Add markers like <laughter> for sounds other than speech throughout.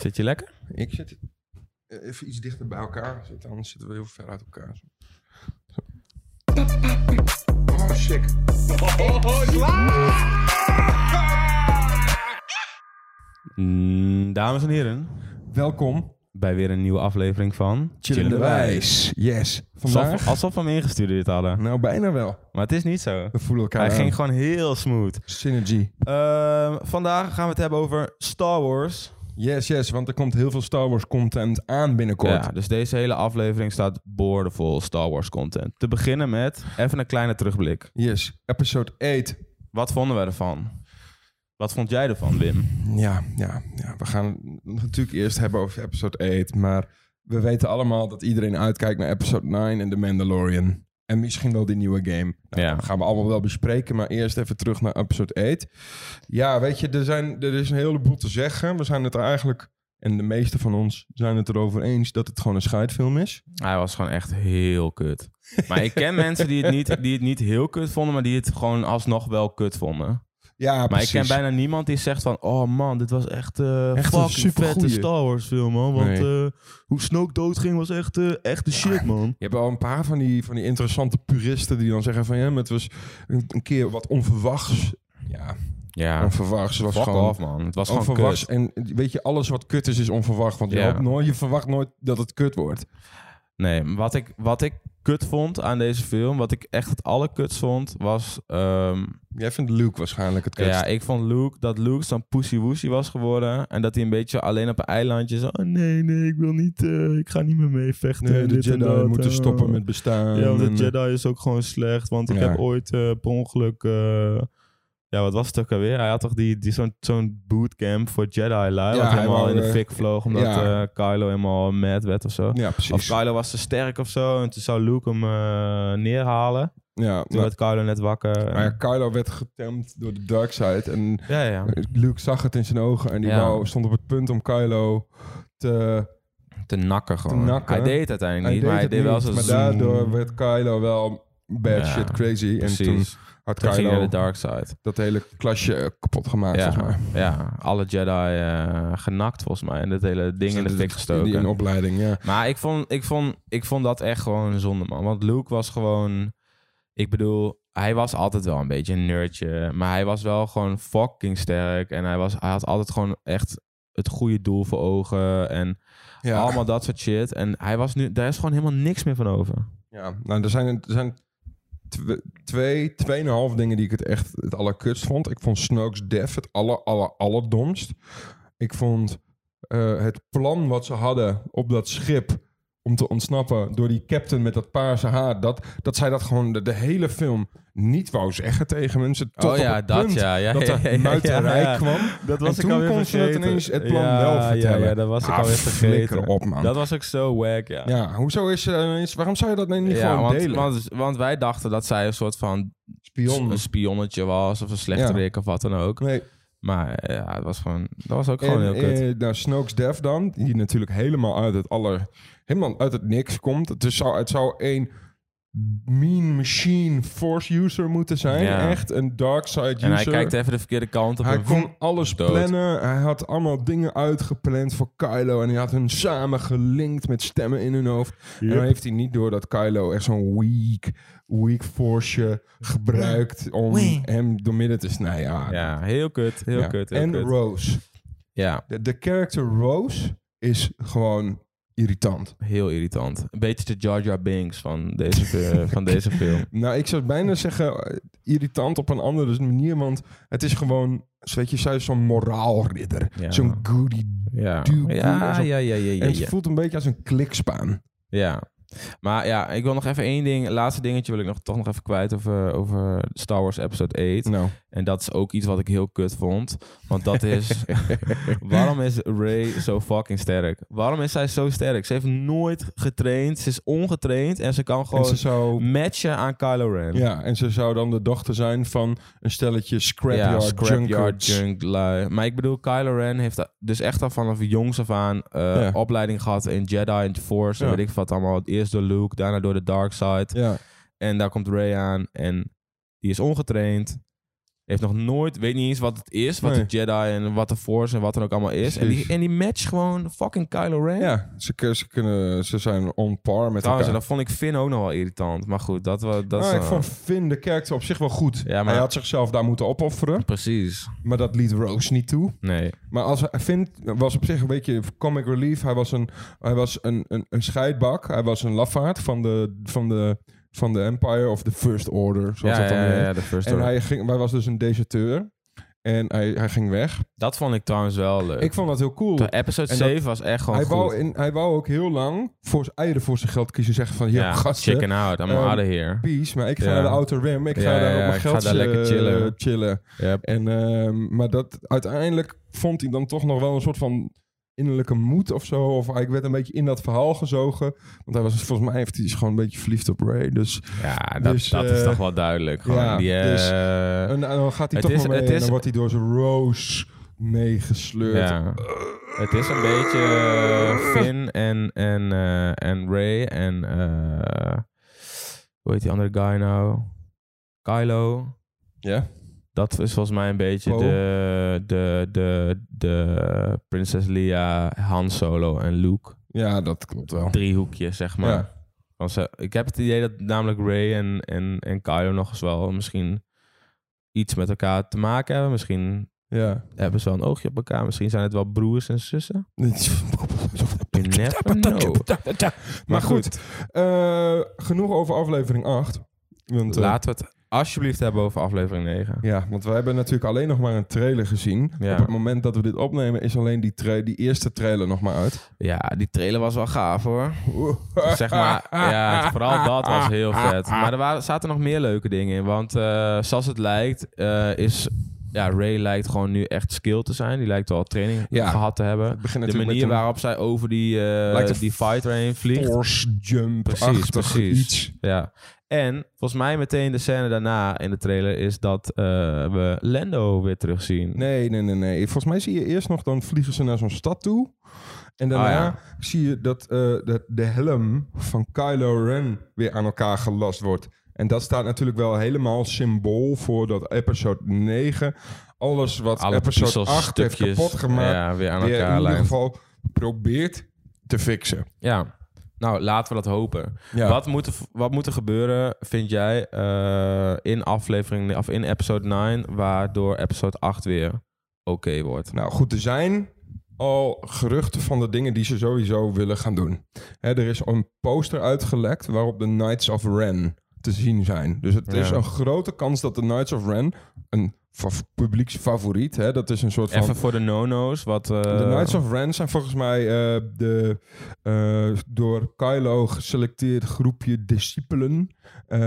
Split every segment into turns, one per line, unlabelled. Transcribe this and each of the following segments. Zit je lekker?
Ik zit eh, even iets dichter bij elkaar zitten, anders zitten we heel ver uit elkaar. Zo. Oh, sick.
Mm, dames en heren,
Welkom,
bij weer een nieuwe aflevering van
Chillende Wijs. Yes.
Alsof,
Vandaag?
alsof we hem ingestuurd dit hadden.
Nou, bijna wel.
Maar het is niet zo.
We voelen elkaar
Hij
aan.
ging gewoon heel smooth.
Synergy.
Ehm, vandaag gaan we het hebben over Star Wars.
Yes, yes, want er komt heel veel Star Wars content aan binnenkort.
Ja, dus deze hele aflevering staat boordevol Star Wars content. Te beginnen met even een kleine terugblik.
Yes, episode 8.
Wat vonden we ervan? Wat vond jij ervan, Wim?
Ja, ja, ja, we gaan het natuurlijk eerst hebben over episode 8. Maar we weten allemaal dat iedereen uitkijkt naar episode 9 en The Mandalorian. En misschien wel die nieuwe game. Nou,
Ja.
Dat gaan we allemaal wel bespreken. Maar eerst even terug naar episode 8. Ja, weet je, er, zijn, er is een heleboel te zeggen. We zijn het er eigenlijk, en de meeste van ons zijn het erover eens, dat het gewoon een scheidfilm is.
Hij was gewoon echt heel kut. Maar ik <laughs> ken mensen die het, niet, die het niet heel kut vonden, maar die het gewoon alsnog wel kut vonden.
Ja,
Maar
precies.
ik ken bijna niemand die zegt van... Oh man, dit was echt, eh
Echt een
fucking
supergoeie.
vette Star Wars film, man. Want
Nee.
eh, hoe Snoke doodging was echt, eh, echt de shit, man.
Je hebt al een paar van die, van die interessante puristen die dan zeggen van... Ja, maar het was een, een keer wat onverwachts. Ja,
Ja,
onverwachts. Het was
fuck
gewoon...
off, man. Het was gewoon
onverwachts.
kut.
En weet je, alles wat kut is, is onverwacht. Want je,
Ja.
hoopt nooit, je verwacht nooit dat het kut wordt.
Nee, maar wat ik, wat ik kut vond aan deze film... Wat ik echt het allerkuts vond, was... ehm,
Jij vindt Luke waarschijnlijk het kut.
ja, ik vond Luke, dat Luke zo'n pussy woesie was geworden. En dat hij een beetje alleen op een eilandje zo... Oh nee, nee, ik wil niet... eh, ik ga niet meer mee vechten.
nee, de
dit en
Jedi
dat,
moeten
eh.
stoppen met bestaan.
Ja, want
En, eh,
de Jedi is ook gewoon slecht. Want ik
Ja.
heb ooit eh, per ongeluk... eh, ja, wat was het ook alweer? Hij had toch die, die zo'n, zo'n bootcamp voor Jedi-lui... wat
hij
helemaal
wou,
in de
eh,
fik vloog omdat
ja.
eh, Kylo helemaal mad werd of zo.
eh, Ja,
Of
precies.
Kylo was te sterk of zo. En toen zou Luke hem eh, neerhalen.
Ja,
Toen
maar,
werd Kylo net wakker. En-
maar ja, Kylo werd getemd door de dark side. En
ja, ja.
Luke zag het in zijn ogen. En die
Ja.
wou, stond op het punt om Kylo te...
Te nakken gewoon.
nakken.
Hij deed het uiteindelijk
Hij
niet. maar hij
het
deed wel
niet,
zo'n...
Maar
zoen.
daardoor werd Kylo wel bad
Ja,
shit crazy.
Precies.
En toen had
Toen ging hij
Kylo
naar de dark side.
dat hele klasje eh, kapot gemaakt,
ja,
volgens mij.
ja, alle Jedi eh, genakt volgens mij. En dat hele ding in de
Dus
fik gestoken.
Die in opleiding, ja.
Maar ik vond, ik, vond, ik vond dat echt gewoon zonde, man. Want Luke was gewoon... Ik bedoel, hij was altijd wel een beetje een nerdje. Maar hij was wel gewoon fucking sterk. En hij, was, hij had altijd gewoon echt het goede doel voor ogen. En
ja.
allemaal dat soort shit. En hij was nu... Daar is gewoon helemaal niks meer van over.
Ja, nou, er zijn, er zijn tw- twee, tweeënhalf dingen die ik het echt het allerkutst vond. Ik vond Snoke's Death het aller, aller, allerdomst. Ik vond eh, het plan wat ze hadden op dat schip om te ontsnappen door die captain met dat paarse haar, dat, dat zij dat gewoon de, de hele film niet wou zeggen tegen mensen. Tot op het punt
Oh ja, <laughs>
Dat er muiterij kwam.
Dat
was ik alweer vergeten. Ja, ja, ja,
dat was ik
Ah,
alweer
flikker
vergeten.
op, man.
Dat was ook zo wack, ja.
ja, hoezo is er ineens... Waarom zou je dat nou niet
Ja,
gewoon
want,
delen?
want, want wij dachten dat zij een soort van
Spion.
een spionnetje was of een slechterik of wat dan ook.
Nee,
Maar eh, ja, het was gewoon, dat was ook gewoon
en,
heel kut.
eh, nou, Snoke's Death dan, die natuurlijk helemaal uit het aller... Helemaal uit het niks komt. Het is zou, het zou een mean machine force user moeten zijn.
Ja.
Echt een dark side user.
en hij kijkt even de verkeerde kant op.
Hij
en
kon alles
dood.
plannen. Hij had allemaal dingen uitgepland voor Kylo. En hij had hun samen gelinkt met stemmen in hun hoofd. En dan heeft hij niet door dat Kylo echt zo'n weak, weak force gebruikt... om
Wee.
hem door midden te snijden. Ja,
Ja, heel kut, heel
ja.
kut, heel
En
kut.
Rose.
Ja,
De, de character Rose is gewoon irritant.
heel irritant. Een beetje de Jar Jar Binks van deze,
<laughs>
fi- van deze film.
Nou, ik zou bijna zeggen eh, irritant op een andere manier, want het is gewoon, zo weet je, zij is zo'n moraalridder.
Ja.
Zo'n goody.
Ja,
Dude,
ja,
en
ja,
zo-
ja, ja, ja,
En ze
ja.
voelt een beetje als een klikspaan.
Ja. Maar ja, ik wil nog even één ding, laatste dingetje wil ik nog, toch nog even kwijt over, over Star Wars Episode 8.
Nou,
En dat is ook iets wat ik heel kut vond. Want dat
<laughs>
is... waarom is Ray zo fucking sterk? Waarom is zij zo sterk? Ze heeft nooit getraind. Ze is ongetraind. En ze kan
en
gewoon
ze zou...
matchen aan Kylo Ren.
Ja, en ze zou dan de dochter zijn van een stelletje scrapyard,
scrapyard
junkards.
junk lui. Maar ik bedoel, Kylo Ren heeft da- dus echt al vanaf jongs af aan eh,
Ja.
opleiding gehad in Jedi en Force.
Ja.
En weet ik wat allemaal. Eerst door Luke, daarna door de Dark Side.
Ja,
En daar komt Ray aan. En die is ongetraind. Heeft nog nooit, weet niet eens wat het is, wat
Nee.
de Jedi en wat de Force en wat er ook allemaal is. En
Precies.
die, en die match gewoon fucking Kylo Ren.
Ja, ze, kun- ze, kunnen, ze zijn on par met
Trouwens, en
elkaar.
dat vond ik Finn ook nog wel irritant. Maar goed, dat was... Dat is
Nou, ik
dan-
vond Finn de karakter op zich wel goed.
Ja, maar-
Hij had zichzelf daar moeten opofferen.
Precies.
Maar dat liet Rose niet toe.
Nee.
Maar als hij, Finn was op zich een beetje comic relief. Hij was een, hij was een, een, een scheidbak. Hij was een lafaard van de, van, de, van de Empire of the First Order. Zoals
ja,
dat dan
ja,
heet.
ja, de first
En
order.
hij, ging, hij was dus een deserteur. En hij, hij ging weg.
Dat vond ik trouwens wel leuk.
Ik vond dat heel cool.
De episode
En dat-
7 was echt gewoon
Hij
goed.
wou, in, hij wou ook heel lang voor zijn eieren voor zijn geld kiezen. Zeggen van, hier
ja,
gasten,
chicken out. I'm
Ehm,
out of here.
peace. Maar ik ga
Ja.
naar de Outer Rim. Ik ga
Ja,
daar
ja,
op
ik
mijn
ga
geld
daar lekker
eh,
chillen.
chillen.
Yep.
En, ehm, maar dat, uiteindelijk vond hij dan toch nog wel een soort van innerlijke moed of zo. Of ik werd een beetje in dat verhaal gezogen. Want hij was volgens mij heeft hij is gewoon een beetje verliefd op Ray. Dus,
Ja, dat,
Dus,
dat is
eh,
toch wel duidelijk. Gewoon
ja,
die, eh,
dus- en, dan gaat
Het
hij toch
is-
nog mee
het
en
is-
dan wordt hij door zijn Rose meegesleurd.
ja. Het is een beetje eh, Finn en, en, eh, en Ray en... eh, hoe heet die andere guy nou? Kylo.
Ja?
Dat is volgens mij een beetje
Poe.
de, de, de, de Prinses Leia, Han Solo en Luke.
Ja, dat klopt wel.
Driehoekje, zeg maar.
Ja.
Want ze- ik heb het idee dat namelijk Ray en, en, en Kylo nog eens wel misschien iets met elkaar te maken hebben. Misschien
Ja.
hebben ze wel een oogje op elkaar. Misschien zijn het wel broers en zussen. You never know.
Maar goed, eh, genoeg over aflevering 8. Want, eh,
Laten we het alsjeblieft hebben over aflevering 9.
Ja, want we hebben natuurlijk alleen nog maar een trailer gezien.
Ja.
Op het moment dat we dit opnemen is alleen die, tra- die eerste trailer nog maar uit.
Ja, die trailer was wel gaaf hoor. zeg <laughs> maar, ja, vooral dat was heel vet. Maar er waren, zaten nog meer leuke dingen in. Want eh, zoals het lijkt, eh, is... Ja, Ray lijkt gewoon nu echt skill te zijn. Die lijkt al training
Ja.
gehad te hebben.
Het begint
De
natuurlijk
manier
met
waarop zij over die, eh,
Lijkt een
die fighter heen
een
vliegt.
force jump
Precies, precies.
iets.
Ja. En volgens mij meteen de scène daarna in de trailer is dat eh, we Lando weer terugzien.
Nee, nee, nee, nee. Volgens mij zie je eerst nog, dan vliegen ze naar zo'n stad toe. En daarna
Ah,
zie je dat, eh, dat de helm van Kylo Ren weer aan elkaar gelast wordt. En dat staat natuurlijk wel helemaal symbool voor dat episode 9. Alles wat
Alle
episode
puzzels,
8 heeft
stukjes,
kapot gemaakt,
Ja, weer aan
die je
elkaar
in ieder
lijkt.
geval probeert te fixen.
Ja. Nou, laten we dat hopen.
Ja.
Wat, moet er, wat moet er gebeuren, vind jij, eh, in aflevering of in episode 9, waardoor episode 8 weer oké wordt?
Nou goed, er zijn al geruchten van de dingen die ze sowieso willen gaan doen. Hè, er is een poster uitgelekt waarop de Knights of Ren te zien zijn. Dus het
Ja.
is een grote kans dat de Knights of Ren, een fav- publieksfavoriet, hè, dat is een soort van...
Even voor de no-no's, wat... eh,
de Knights of Ren zijn volgens mij eh, de eh, door Kylo geselecteerd groepje discipelen.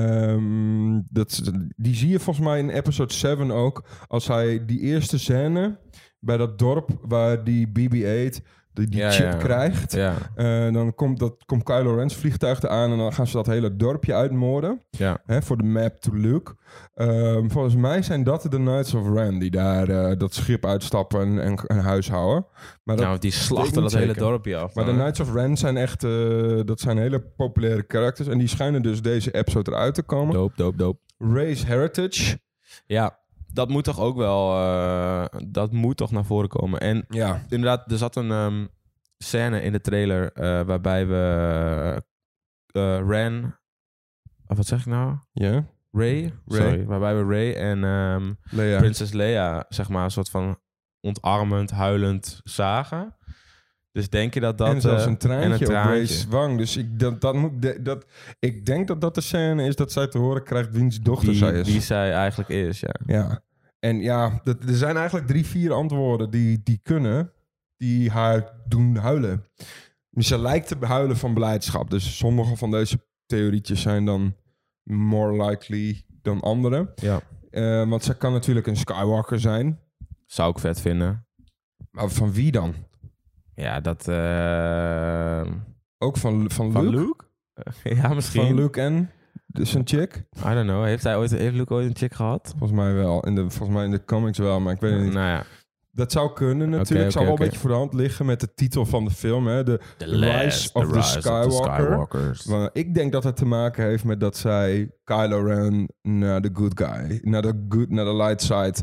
Ehm, dat, die zie je volgens mij in episode 7 ook. Als hij die eerste scène bij dat dorp waar die BB-8 die, die
Ja,
chip
ja.
krijgt.
Ja,
eh, dan komt, dat, komt Kylo Ren's vliegtuig eraan en dan gaan ze dat hele dorpje uitmoorden.
ja.
Hè, voor de map to look. Ehm, volgens mij zijn dat de Knights of Ren die daar eh, dat schip uitstappen en, en, en huishouden. Maar dat,
nou, die
weet
slachten
ik
dat
niet
hele
zeker.
dorpje af. eh.
maar de
dan.
Knights of Ren zijn echt eh, dat zijn hele populaire characters. En die schijnen dus deze episode eruit te komen.
Doop, doop, doop.
Race Heritage.
Ja, dat moet toch ook wel... eh, dat moet toch naar voren komen. En
Ja.
inderdaad, er zat een ehm, scène in de trailer eh, waarbij we... eh, Ren... Of wat zeg ik nou?
Ja.
Ray?
Ray.
Sorry, waarbij we Ray en ehm,
Leia.
Prinses Leia, zeg maar, een soort van ontarmend, huilend zagen. Dus denk je dat dat...
en zelfs
eh,
een traantje,
en een traantje.
op Ray's wang. Dus ik, dat, dat moet, de- dat, ik denk dat dat de scène is dat zij te horen krijgt wiens dochter zij
die,
is.
die zij eigenlijk is, ja.
Ja. En ja, dat, er zijn eigenlijk drie, vier antwoorden die, die kunnen, die haar doen huilen. Maar Ze lijkt te huilen van blijdschap. Dus sommige van deze theorietjes zijn dan more likely dan andere.
ja.
Eh, want ze kan natuurlijk een Skywalker zijn.
Zou ik vet vinden.
Maar van wie dan?
Ja, dat... eh,
Ook van, van,
van
Luke?
Luke? <laughs> ja, misschien.
Van Luke en dus een chick?
I don't know. Heeft, hij ooit, heeft Luke ooit een chick gehad?
Volgens mij wel. In de, volgens mij in de comics wel, maar ik weet het niet.
Nou ja.
Dat zou kunnen natuurlijk.
oké,
zou wel
oké.
een beetje voor de hand liggen met de titel van de film. Hè? De,
The
Rise of the Skywalker.
Skywalkers.
maar ik denk dat het te maken heeft met dat zij Kylo Ren naar de good guy, naar de, good, naar de light side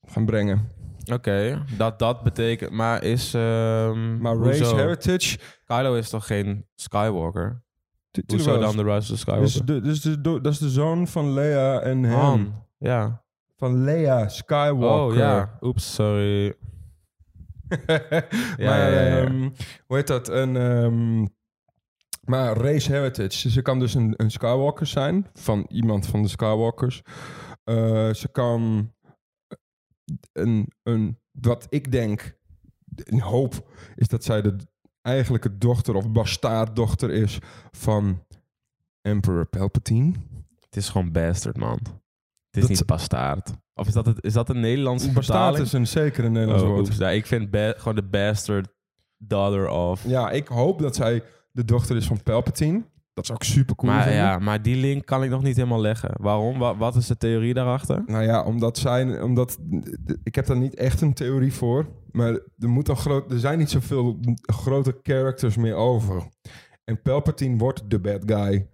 gaan brengen.
Oké, dat, dat betekent... Maar is... ehm
Maar
hoezo?
race heritage...
Kylo is toch geen Skywalker?
tu- tuurlijk
Hoezo
wel.
dan de Rise of the
Dus
Skywalker?
de, dus de, do- dat is de zoon van Leia en hem.
Han. Ja.
Van Leia Skywalker.
Oh ja. Oeps, sorry.
<laughs>
Ja,
maar,
ja, ja, ja.
ehm, hoe heet dat? Een, ehm, maar race heritage. Ze kan dus een, een Skywalker zijn. Van iemand van de Skywalkers. Eh, ze kan een, een... Wat ik denk, een hoop, is dat zij de eigenlijke dochter of bastaarddochter is van Emperor Palpatine.
Het is gewoon bastard, man. Het is
Dat-
niet bastaard. Of is dat, het, is dat een Nederlandse
Bastaard
vertaling?
is een zekere Nederlands
Oh,
woord.
oeps. Ja, ik vind ba- gewoon de bastard daughter of.
Ja, ik hoop dat zij de dochter is van Palpatine. Dat is ook super cool.
maar, ja, maar die link kan ik nog niet helemaal leggen. Waarom? Wa- wat is de theorie daarachter?
Nou ja, omdat zij, omdat ik heb daar niet echt een theorie voor, maar er moet een groot, er zijn niet zoveel grote characters meer over. En Palpatine wordt de bad guy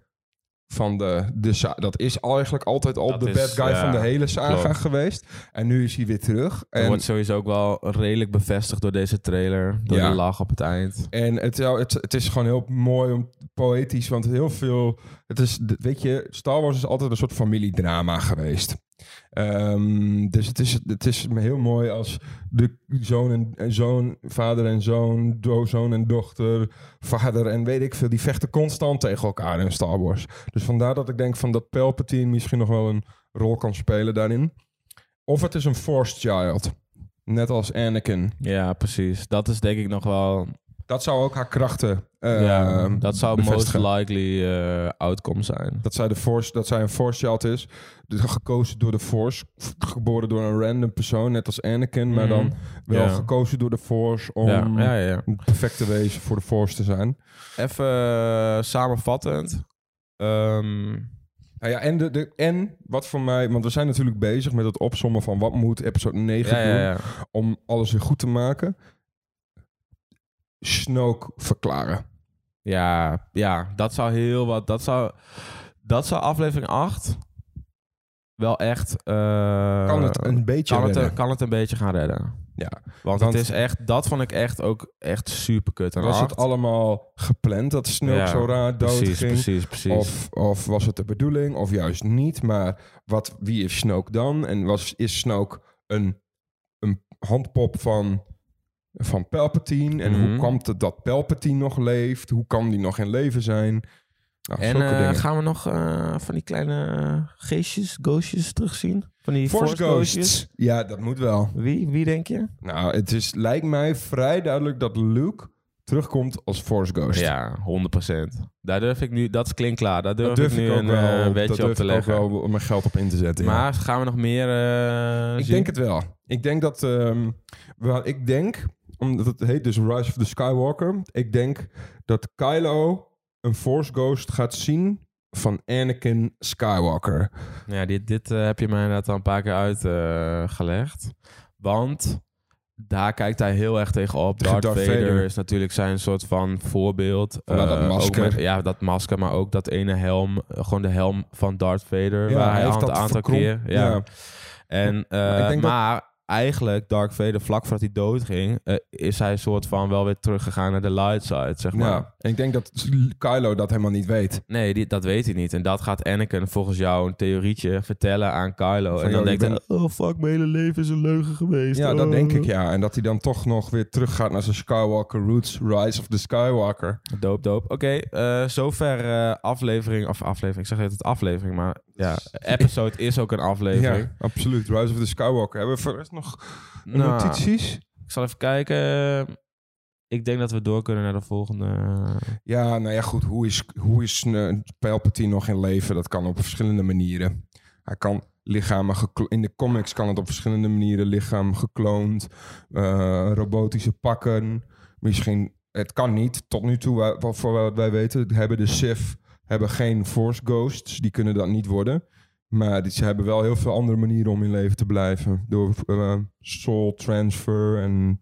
van de, de sa- dat is eigenlijk altijd al
Dat
de
is,
bad guy
ja,
van de hele saga
klopt.
geweest. En nu is hij weer terug.
En,
En,
wordt sowieso ook wel redelijk bevestigd door deze trailer. Door
Ja.
de lach op het eind.
en het, zou- het, het is gewoon heel mooi, om, poëtisch, want heel veel, het is, weet je, Star Wars is altijd een soort familiedrama geweest. Ehm, dus het is, het is heel mooi als de zoon en, en zoon, vader en zoon, do, zoon en dochter, vader en weet ik veel, die vechten constant tegen elkaar in Star Wars. Dus vandaar dat ik denk van dat Palpatine misschien nog wel een rol kan spelen daarin. Of het is een Force Child, net als Anakin.
Ja, precies. Dat is denk ik nog wel.
Dat zou ook haar krachten. eh,
ja, dat zou
bevestigen.
most likely eh, outcome zijn.
Dat zij, de force, dat zij een Force Child is. Dus gekozen door de Force. f- Geboren door een random persoon, net als Anakin. Maar dan
Mm.
wel
Mhm. Ja.
gekozen door de Force om
Ja, ja, ja.
het perfecte wezen voor de Force te zijn.
Even eh, samenvattend. Ehm,
Nou ja, en, de, de, en wat voor mij... Want we zijn natuurlijk bezig met het opsommen van wat moet episode 9
ja,
doen...
ja, ja.
om alles weer goed te maken. Snoke verklaren.
Ja, ja, dat zou heel wat. Dat zou, dat zou aflevering 8 wel echt. eh,
Kan het een beetje
kan het,
redden?
een- kan het een beetje gaan redden?
Ja.
Want,
Want-
het is echt, dat vond ik echt ook echt super kut. En
Was het allemaal gepland dat Snoke
Ja,
zo raar dood
Precies,
ging?
precies, precies.
Of, of was het de bedoeling, of juist niet. Maar wat, wie is Snoke dan? En was, is Snoke een, een handpop van, van Palpatine? En hoe
Mhm.
komt het dat Palpatine nog leeft? Hoe kan die nog in leven zijn? Nou,
en
zulke
eh,
dingen.
gaan we nog eh, van die kleine eh, geestjes, ghostjes terugzien? Van die
Force, Ghosts.
ghostjes?
Ja, dat moet wel.
Wie, wie denk je?
Nou, het is, lijkt mij vrij duidelijk dat Luke terugkomt als Force Ghost.
Ja, 100%. Daar durf ik nu, dat klinkt klaar. Daar durf,
dat durf
ik nu
ik ook
een eh,
wel. dat
wetje op
durf
te
ik ook
leggen.
wel om mijn geld op in te zetten. ja.
Maar gaan we nog meer eh,
Ik
zien?
denk het wel. Ik denk dat... ehm, wel, ik denk, omdat het heet dus Rise of the Skywalker... Ik denk dat Kylo een Force Ghost gaat zien van Anakin Skywalker.
Ja, dit, dit eh, heb je mij inderdaad al een paar keer uitgelegd. Want daar kijkt hij heel erg tegen op.
Tegen
Darth,
Darth
Vader,
Vader.
is natuurlijk zijn soort van voorbeeld.
Ja, dat
Eh, ook
masker.
met- ja, dat masker, maar ook dat ene helm. eh, Gewoon de helm van Darth Vader.
Ja,
waar
hij
hij
heeft
al een
dat
aantal
verkrom-
keer... Ja.
ja.
En, eh,
Maar ik
maar
denk dat-
eigenlijk, Darth Vader, vlak voordat hij doodging... eh, is hij soort van wel weer teruggegaan naar de light side, zeg maar.
Ja, en ik denk dat Kylo dat helemaal niet weet.
Nee, die- dat weet hij niet. En dat gaat Anakin volgens jou een theorietje vertellen aan Kylo.
Van,
en dan
joh, je
denkt hij, oh fuck, mijn hele leven is een leugen geweest.
Ja,
Oh.
dat denk ik, ja. En dat hij dan toch nog weer teruggaat naar zijn Skywalker roots. Rise of the Skywalker.
Doop, doop. Oké, eh, zover eh, aflevering, of aflevering, ik zeg het aflevering, maar <laughs> ja, episode is ook een aflevering.
Ja, absoluut. Rise of the Skywalker. Hebben we voor de rest nog
Nou,
notities?
ik zal even kijken. Ik denk dat we door kunnen naar de volgende.
Ja, nou ja, goed. Hoe is, hoe is eh, Palpatine nog in leven? Dat kan op verschillende manieren. Hij kan lichamen... geklo- In de comics kan het op verschillende manieren. Lichaam gekloond, eh, robotische pakken. Misschien... Het kan niet. Tot nu toe, wa- wa- voor wat wij weten, hebben de Sith hebben geen Force Ghosts. Die kunnen dat niet worden. Maar die, ze hebben wel heel veel andere manieren om in leven te blijven. Door eh, soul transfer en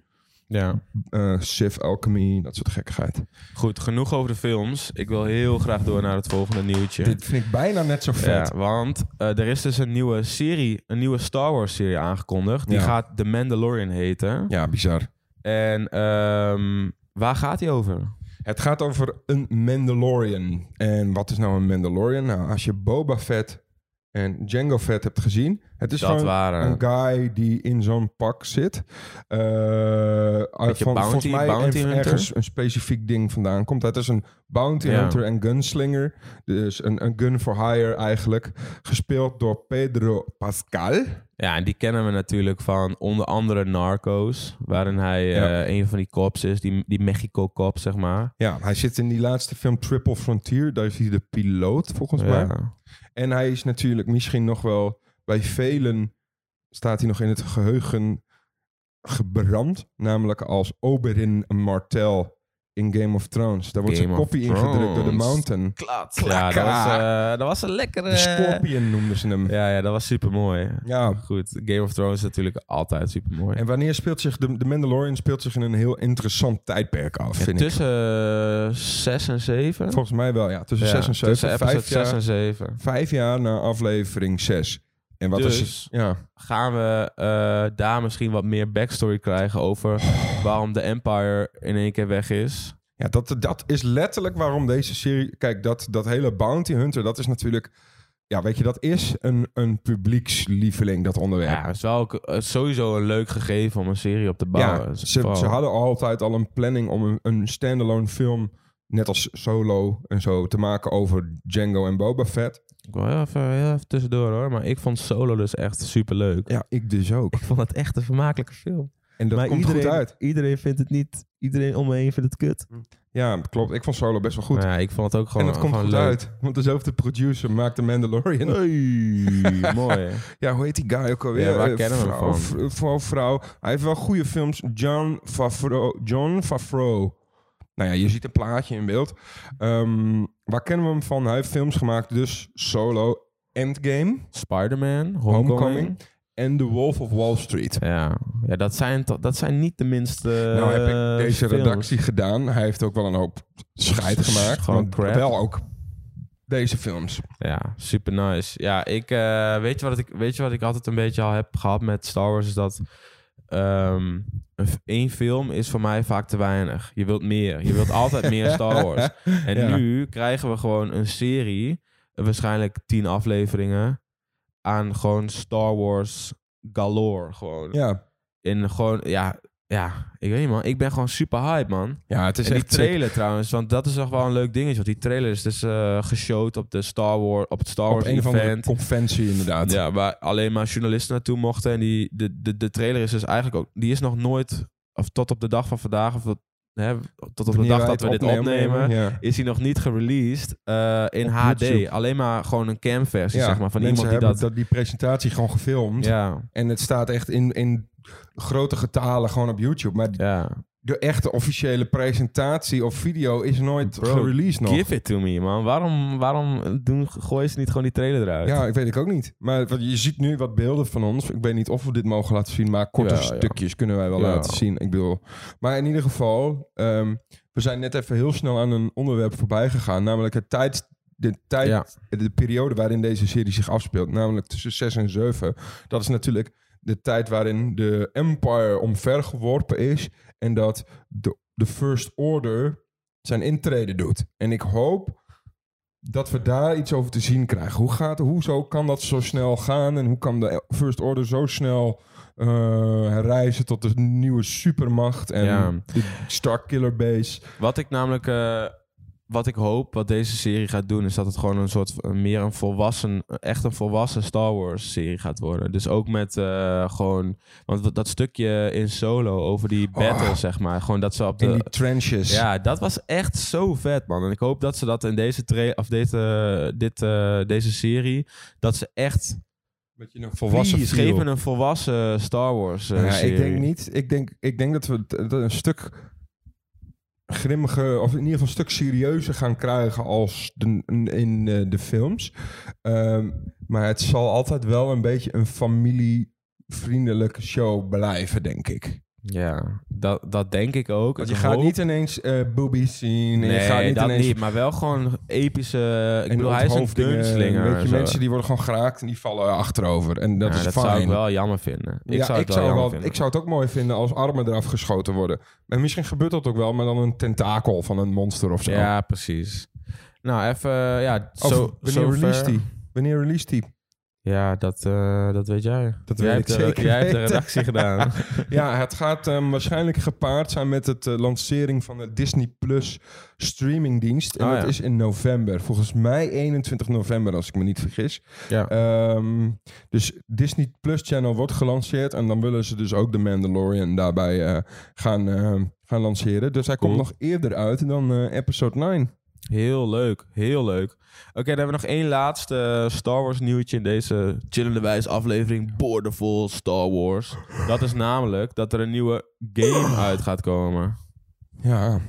Ja.
eh Sith alchemy, dat soort gekkigheid.
Goed, genoeg over de films. Ik wil heel graag door naar het volgende nieuwtje.
Dit vind ik bijna net zo vet.
Ja, want eh, er is dus een nieuwe serie, een nieuwe Star Wars serie aangekondigd. Die
Ja.
gaat The Mandalorian heten.
Ja, bizar.
En ehm, waar gaat die over?
Het gaat over een Mandalorian. En wat is nou een Mandalorian? Nou, als je Boba Fett en Django Fett hebt gezien, het is
dat
gewoon
waren
een guy die in zo'n pak zit. Eh, van,
bounty-
volgens mij
bounty
ergens
hunter?
een specifiek ding vandaan komt. Het is een bounty
Ja.
hunter en gunslinger. Dus een, een gun for hire eigenlijk. Gespeeld door Pedro Pascal.
Ja, en die kennen we natuurlijk van onder andere Narcos, waarin hij
Ja.
eh, een van die cops is, die, die Mexico-cop, zeg maar.
Ja, hij zit in die laatste film Triple Frontier. Daar is hij de piloot volgens mij.
Ja.
En hij is natuurlijk misschien nog wel bij velen staat hij nog in het geheugen gebrand. Namelijk als Oberyn Martell in Game of Thrones. Daar wordt
Game
zijn
of
koffie ingedrukt door de
Thrones.
mountain.
Klat. Ja, dat was, eh, dat was een lekkere...
De Scorpion noemden ze hem. Ja.
Ja, ja, dat was super mooi. Goed, Game of Thrones is natuurlijk altijd super mooi.
En wanneer speelt zich... De, de Mandalorian speelt zich in een heel interessant tijdperk af, vind ik.
tussen 6 en 7.
Volgens mij wel, ja. Tussen
Ja,
6 en 7.
Tussen episode
Vijf jaar,
6 en 7.
vijf jaar na aflevering 6. En wat is het?
Dus
Ja.
gaan we eh, daar misschien wat meer backstory krijgen
<sighs>
over waarom de Empire in één keer weg is.
Ja, dat, dat is letterlijk waarom deze serie... Kijk, dat, dat hele Bounty Hunter, dat is natuurlijk... Ja, weet je, dat is een, een publiekslieveling, dat onderwerp.
Ja, het is wel ook, eh, sowieso een leuk gegeven om een serie op te
Ja,
bouwen.
ze,
Wow.
ze hadden altijd al een planning om een, een standalone film... net als Solo en zo, te maken over Django en Boba Fett.
Ik wil heel even, heel even tussendoor hoor, maar ik vond Solo dus echt super leuk.
Ja, ik dus ook.
Ik vond het echt een vermakelijke film.
En dat
maar
komt
iedereen,
goed uit.
Iedereen vindt het niet, iedereen om me heen vindt het kut.
Ja, klopt. Ik vond Solo best wel goed.
Maar ja, ik vond het ook gewoon
en dat komt
gewoon
goed
leuk.
uit. Want dezelfde producer maakt de Mandalorian. <laughs>
Hey, mooi.
Ja, hoe heet die guy ook alweer?
Ja, waar
Eh,
kennen we hem
vrouw,
van?
vrouw, vrouw, vrouw. Hij heeft wel goede films. John Favreau. John Favreau. Nou ja, je ziet een plaatje in beeld. Ehm, waar kennen we hem van? Hij heeft films gemaakt, dus Solo, Endgame
Spider-Man,
Homecoming.
Homecoming.
en The Wolf of Wall Street.
Ja, ja dat, zijn toch- dat zijn niet de minste.
nou heb
eh,
ik deze
films.
redactie gedaan. Hij heeft ook wel een hoop scheid
S-
gemaakt.
gewoon
maar
crap.
wel ook deze films.
Ja, super nice. Ja, ik, eh, weet, je wat ik, weet je wat ik altijd een beetje al heb gehad met Star Wars? Is dat ehm, een f- één film is voor mij vaak te weinig. Je wilt meer. Je wilt altijd
<laughs>
meer Star Wars. En
Ja.
nu krijgen we gewoon een serie, eh, waarschijnlijk tien afleveringen, aan gewoon Star Wars galore. Gewoon.
Ja,
in gewoon, ja, ja, ik weet niet man. Ik ben gewoon super hype man.
ja het is
en die
echt sick.
trailer trouwens, want dat is nog wel een leuk dingetje. Want die trailer is dus eh geshowd op de Star Wars, op het Star
Op
Wars
een of andere
event.
conventie inderdaad.
Ja, waar alleen maar journalisten naartoe mochten. En die, de, de, de trailer is dus eigenlijk ook, die is nog nooit, of tot op de dag van vandaag, of tot, hè, tot op de
Wanneer
dag
wij
dat we
het
dit opnemen.
Ja.
Is hij nog niet gereleased eh, in
Op
HD?
YouTube.
Alleen maar gewoon een camversie,
Ja,
zeg maar, van
mensen
iemand die
hebben
dat.
dat... die presentatie gewoon gefilmd.
Ja,
En het staat echt in, in grote getalen gewoon op YouTube. Maar
ja.
de echte officiële presentatie of video is nooit
Bro,
gereleased nog.
Give it to me, man. Waarom, waarom doen, gooien ze niet gewoon die trailer eruit?
Ja, ik weet ik ook niet. Maar wat- je ziet nu wat beelden van ons. Ik weet niet of we dit mogen laten zien, maar korte
Ja, ja.
stukjes kunnen wij wel
Ja.
laten zien. Ik bedoel. Maar in ieder geval, ehm, we zijn net even heel snel aan een onderwerp voorbij gegaan. Namelijk het tijd, de, tijd,
Ja.
de periode waarin deze serie zich afspeelt. Namelijk tussen 6 en 7. Dat is natuurlijk de tijd waarin de Empire omvergeworpen is. En dat de, de First Order zijn intrede doet. En ik hoop dat we daar iets over te zien krijgen. Hoe gaat, hoezo kan dat zo snel gaan? En hoe kan de First Order zo snel eh, reizen tot de nieuwe supermacht? En
Ja.
de Starkiller Base.
Wat ik namelijk, eh, wat ik hoop, wat deze serie gaat doen, is dat het gewoon een soort van- meer een volwassen, echt een volwassen Star Wars serie gaat worden. Dus ook met eh, gewoon, want wat- dat stukje in solo over die battle,
Oh.
zeg maar, gewoon dat ze op
In die
de
trenches.
ja, dat was echt zo vet, man. En ik hoop dat ze dat in deze, tra- of dit, eh, dit, eh, deze serie, dat ze echt
Met je een volwassen
Please,
feel.
geef me een volwassen Star Wars eh,
Nou ja, ik
serie.
denk niet. Ik denk, ik denk dat we het- dat een stuk grimmiger, of in ieder geval een stuk serieuzer gaan krijgen als de, in eh, de films. Ehm, Maar het zal altijd wel een beetje een familievriendelijke show blijven, denk ik.
Ja, dat, dat denk ik ook.
Want
Ik
je gaat
hoop-
niet ineens eh boobies zien. en
Nee,
je gaat niet
dat
ineens
niet. Maar wel gewoon epische... Ik
en
bedoel, hij is een
onthoofdingen,
gunslinger.
Weet je, mensen die worden gewoon geraakt en die vallen achterover. En dat
Ja,
is
dat
fijn.
zou ik wel jammer vinden. Ik
ja,
zou het
ik,
wel
zou
jammer
wel,
vinden.
ik zou het ook mooi vinden als armen eraf geschoten worden. En misschien gebeurt dat ook wel, maar dan een tentakel van een monster of zo.
Ja, precies. Nou, even... Ja,
Of
zo,
wanneer
zover-
release die? Wanneer release die?
Ja, dat, eh, dat weet jij.
Dat
jij
weet
hebt
ik
de-
zeker
Jij hebt de
weten.
redactie gedaan.
<laughs> Ja, het gaat ehm, waarschijnlijk gepaard zijn met het eh, lancering van de Disney Plus streamingdienst. En
Ah,
dat
ja.
is in november. Volgens mij 21 november, als ik me niet vergis.
Ja.
Ehm, dus Disney Plus Channel wordt gelanceerd. En dan willen ze dus ook de Mandalorian daarbij eh, gaan, ehm, gaan lanceren. Dus hij komt
Cool.
nog eerder uit dan eh, episode 9.
Heel leuk, heel leuk. Oké, dan hebben we nog één laatste eh, Star Wars nieuwtje in deze chillende wijs aflevering. Boordevol Star Wars. Dat is namelijk dat er een nieuwe
<coughs>
game uit gaat komen.
Ja.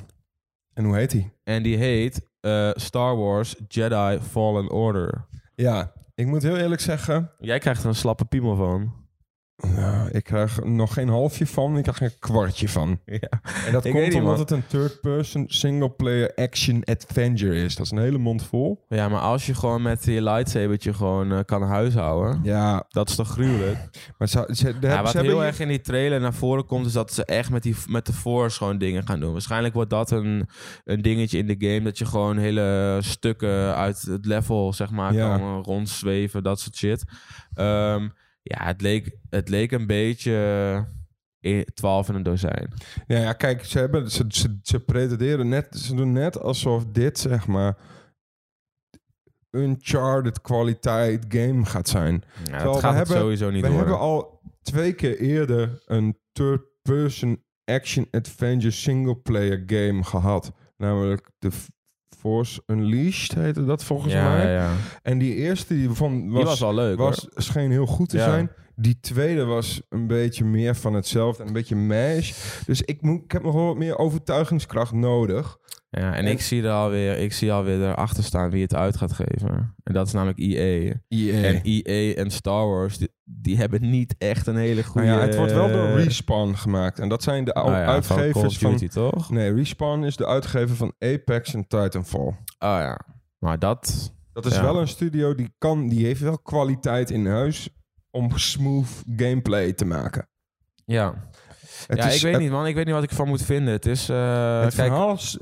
En hoe heet hij?
En die heet eh, Star Wars Jedi Fallen Order.
Ja, ik moet heel eerlijk zeggen...
Jij krijgt er een slappe piemel van.
ja, ik krijg er nog geen halfje van, ik krijg er een kwartje <laughs> van.
Ja.
En dat
Ik weet
komt
niet,
omdat
man.
het een third-person single-player action adventure is. Dat is een hele mond vol.
ja, maar als je gewoon met je lightsabertje gewoon eh, kan huishouden.
Ja,
Dat is toch gruwelijk?
maar ze, ze, de,
Ja, wat
ze hebben
heel
hier-
erg in die trailer naar voren komt, is dat ze echt met, die, met de Force gewoon dingen gaan doen. Waarschijnlijk wordt dat een, een dingetje in de game, dat je gewoon hele stukken uit het level, zeg maar,
Ja.
kan eh, rondzweven, dat soort shit. Ehm, ja, het leek, het leek een beetje eh, 12 in een dozijn.
Ja, ja, kijk, ze, hebben, ze, ze, ze pretenderen net... Ze doen net alsof dit, zeg maar... Uncharted kwaliteit game gaat zijn.
Ja,
Terwijl
dat
we
gaat het
hebben-
sowieso niet
We
worden.
hebben al twee keer eerder een third-person action adventure single-player game gehad. Namelijk de F- Force Unleashed heette dat volgens
ja,
mij.
ja, ja.
En die eerste die, van,
Die
was,
was al leuk hoor.
was, scheen heel goed te
Ja.
zijn. Die tweede was een beetje meer van hetzelfde. Een beetje mash. Dus ik, moet, ik heb nog wel wat meer overtuigingskracht nodig.
Ja, en,
en-
ik zie er alweer, ik zie alweer erachter staan wie het uit gaat geven. En dat is namelijk EA. En EA en Star Wars, die, die hebben niet echt een hele
Nou
goede...
ja, het wordt wel door Respawn gemaakt. En dat zijn de
Nou
ou-
ja, van Call of
uitgevers van...
Duty, toch?
Nee, Respawn is de uitgever van Apex en Titanfall.
Ah ja. Maar dat...
Dat is
Ja.
wel een studio die kan, die heeft wel kwaliteit in huis om smooth gameplay te maken.
Ja,
Het
ja
is-
ik weet
het,
niet, man. Ik weet niet wat ik ervan moet vinden. Het is... eh,
Het
kijk,
verhaal is-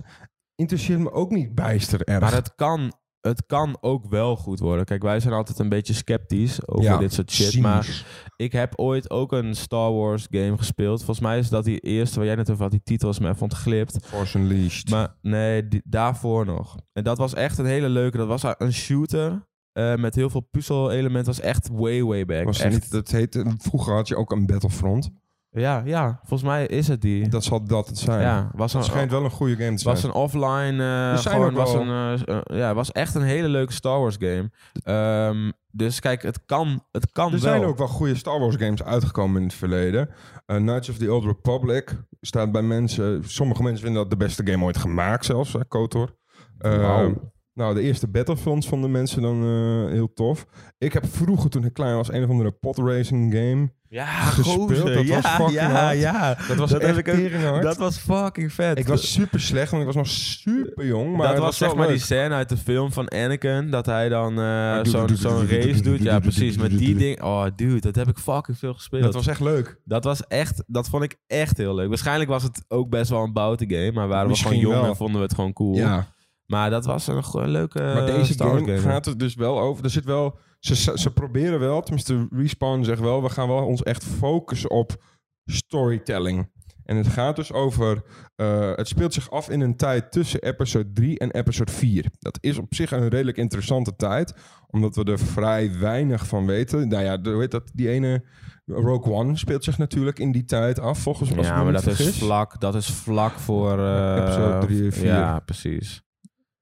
interesseert me ook niet bijster erg.
maar het kan, het kan ook wel goed worden. Kijk, wij zijn altijd een beetje sceptisch over
Ja,
dit soort shit.
cynisch.
Maar ik heb ooit ook een Star Wars game gespeeld. Volgens mij is dat die eerste waar jij net over had. Die titel is me even ontglipt.
Force Unleashed.
Maar nee, die- daarvoor nog. En dat was echt een hele leuke. Dat was een shooter eh, met heel veel puzzelelementen. was echt way, way back.
was er
echt.
niet, dat heette, vroeger had je ook een Battlefront.
Ja, ja, volgens mij is het die.
Dat zal dat het zijn.
ja, was
Het
een,
schijnt wel een goede game te zijn.
was een offline. eh,
Er zijn
gewoon,
ook
was
wel-
een, eh, eh, ja, was echt een hele leuke Star Wars game. Ehm, dus kijk, het kan, het kan
er
wel.
zijn ook wel goede Star Wars games uitgekomen in het verleden. Eh, Knights of the Old Republic staat bij mensen... Sommige mensen vinden dat de beste game ooit gemaakt zelfs, hè, KOTOR. Eh,
Wauw.
Nou, de eerste Battlefronts vonden mensen dan eh, heel tof. Ik heb vroeger, toen ik klein was, een of andere podracing game.
ja,
<laughs> gespeeld,
gozer,
dat was
ja,
fucking
ja,
hard.
ja.
Dat was
Dat heb
echt
ik ook-
teringhard.
Dat was fucking vet.
Ik was super slecht, want ik was nog super jong. Maar
dat
het
was
wel
zeg maar
leuk.
die scène uit de film van Anakin. Dat hij dan eh,
doe- doe-
zo'n
doe-
zo'n
doe- doe-
race
doe-
doet.
doe-
Ja,
doe- doe-
precies.
doe-
Met
doe-
die
doe-
ding. Oh, dude, dat heb ik fucking veel gespeeld.
Dat was echt leuk.
Dat was echt, dat vond ik echt heel leuk. Waarschijnlijk was het ook best wel een bouten game, maar waren we gewoon
Misschien
jong
wel.
en vonden we het gewoon cool.
Ja.
Maar dat was een, go- leuke
Maar deze
Eh, Star Wars
game,
game.
gaat het dus wel over. Er zit wel. Ze, ze, ze proberen wel, tenminste, Respawn zegt wel, we gaan wel ons echt focussen op storytelling. En het gaat dus over. eh, het speelt zich af in een tijd tussen episode 3 en episode 4. Dat is op zich een redelijk interessante tijd, omdat we er vrij weinig van weten. Nou ja, de- hoe heet dat? Die ene. Rogue One speelt zich natuurlijk in die tijd af, volgens mij. als ik
Ja,
me
maar
niet
dat is,
vergis.
vlak, dat is vlak voor... eh,
Episode drie en vier.
Ja, precies.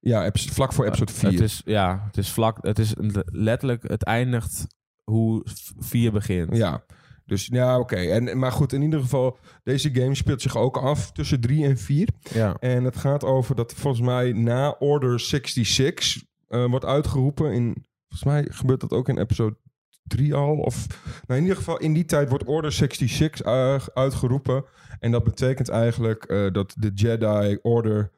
Ja, epis- vlak voor episode 4.
Het is, ja, het is vlak... Het is le- letterlijk... Het eindigt hoe 4 begint.
Ja, dus ja, oké. En Maar goed, in ieder geval, deze game speelt zich ook af tussen 3 en 4.
Ja.
En het gaat over dat volgens mij na Order 66 eh, wordt uitgeroepen in Volgens mij gebeurt dat ook in episode 3 al. Of, nou, in ieder geval, in die tijd wordt Order 66 u- uitgeroepen. En dat betekent eigenlijk eh, dat de Jedi Order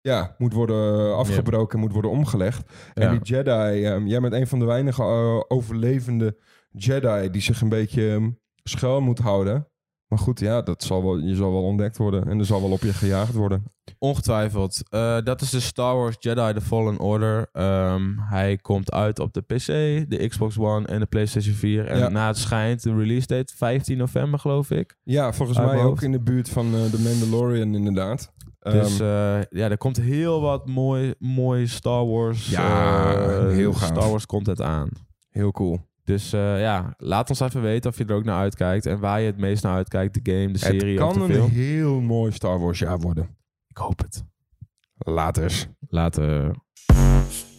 ja, moet worden afgebroken, moet worden omgelegd. En
Ja.
die Jedi, ehm, jij bent een van de weinige eh, overlevende Jedi die zich een beetje ehm, schuil moet houden. Maar goed, ja, dat zal wel, je zal wel ontdekt worden en er zal wel op je gejaagd worden.
Ongetwijfeld. Eh, dat is de Star Wars Jedi The Fallen Order. Ehm, hij komt uit op de PC, de Xbox One en de PlayStation 4. En
Ja.
na het schijnt de release date 15 november, geloof ik.
Ja, volgens
Uit
mij
mijn
ook
hoofd.
in de buurt van eh The Mandalorian inderdaad.
dus
Ehm,
eh, ja, er komt heel wat mooi, mooi Star Wars,
Ja,
eh,
heel gaaf.
Star Wars content aan.
heel cool.
Dus eh, ja, laat ons even weten of je er ook naar uitkijkt en waar je het meest naar uitkijkt, de game, de serie
Het
of
kan
de
een
film.
heel mooi Star Wars jaar worden.
Ik hoop het.
Laters.
Later.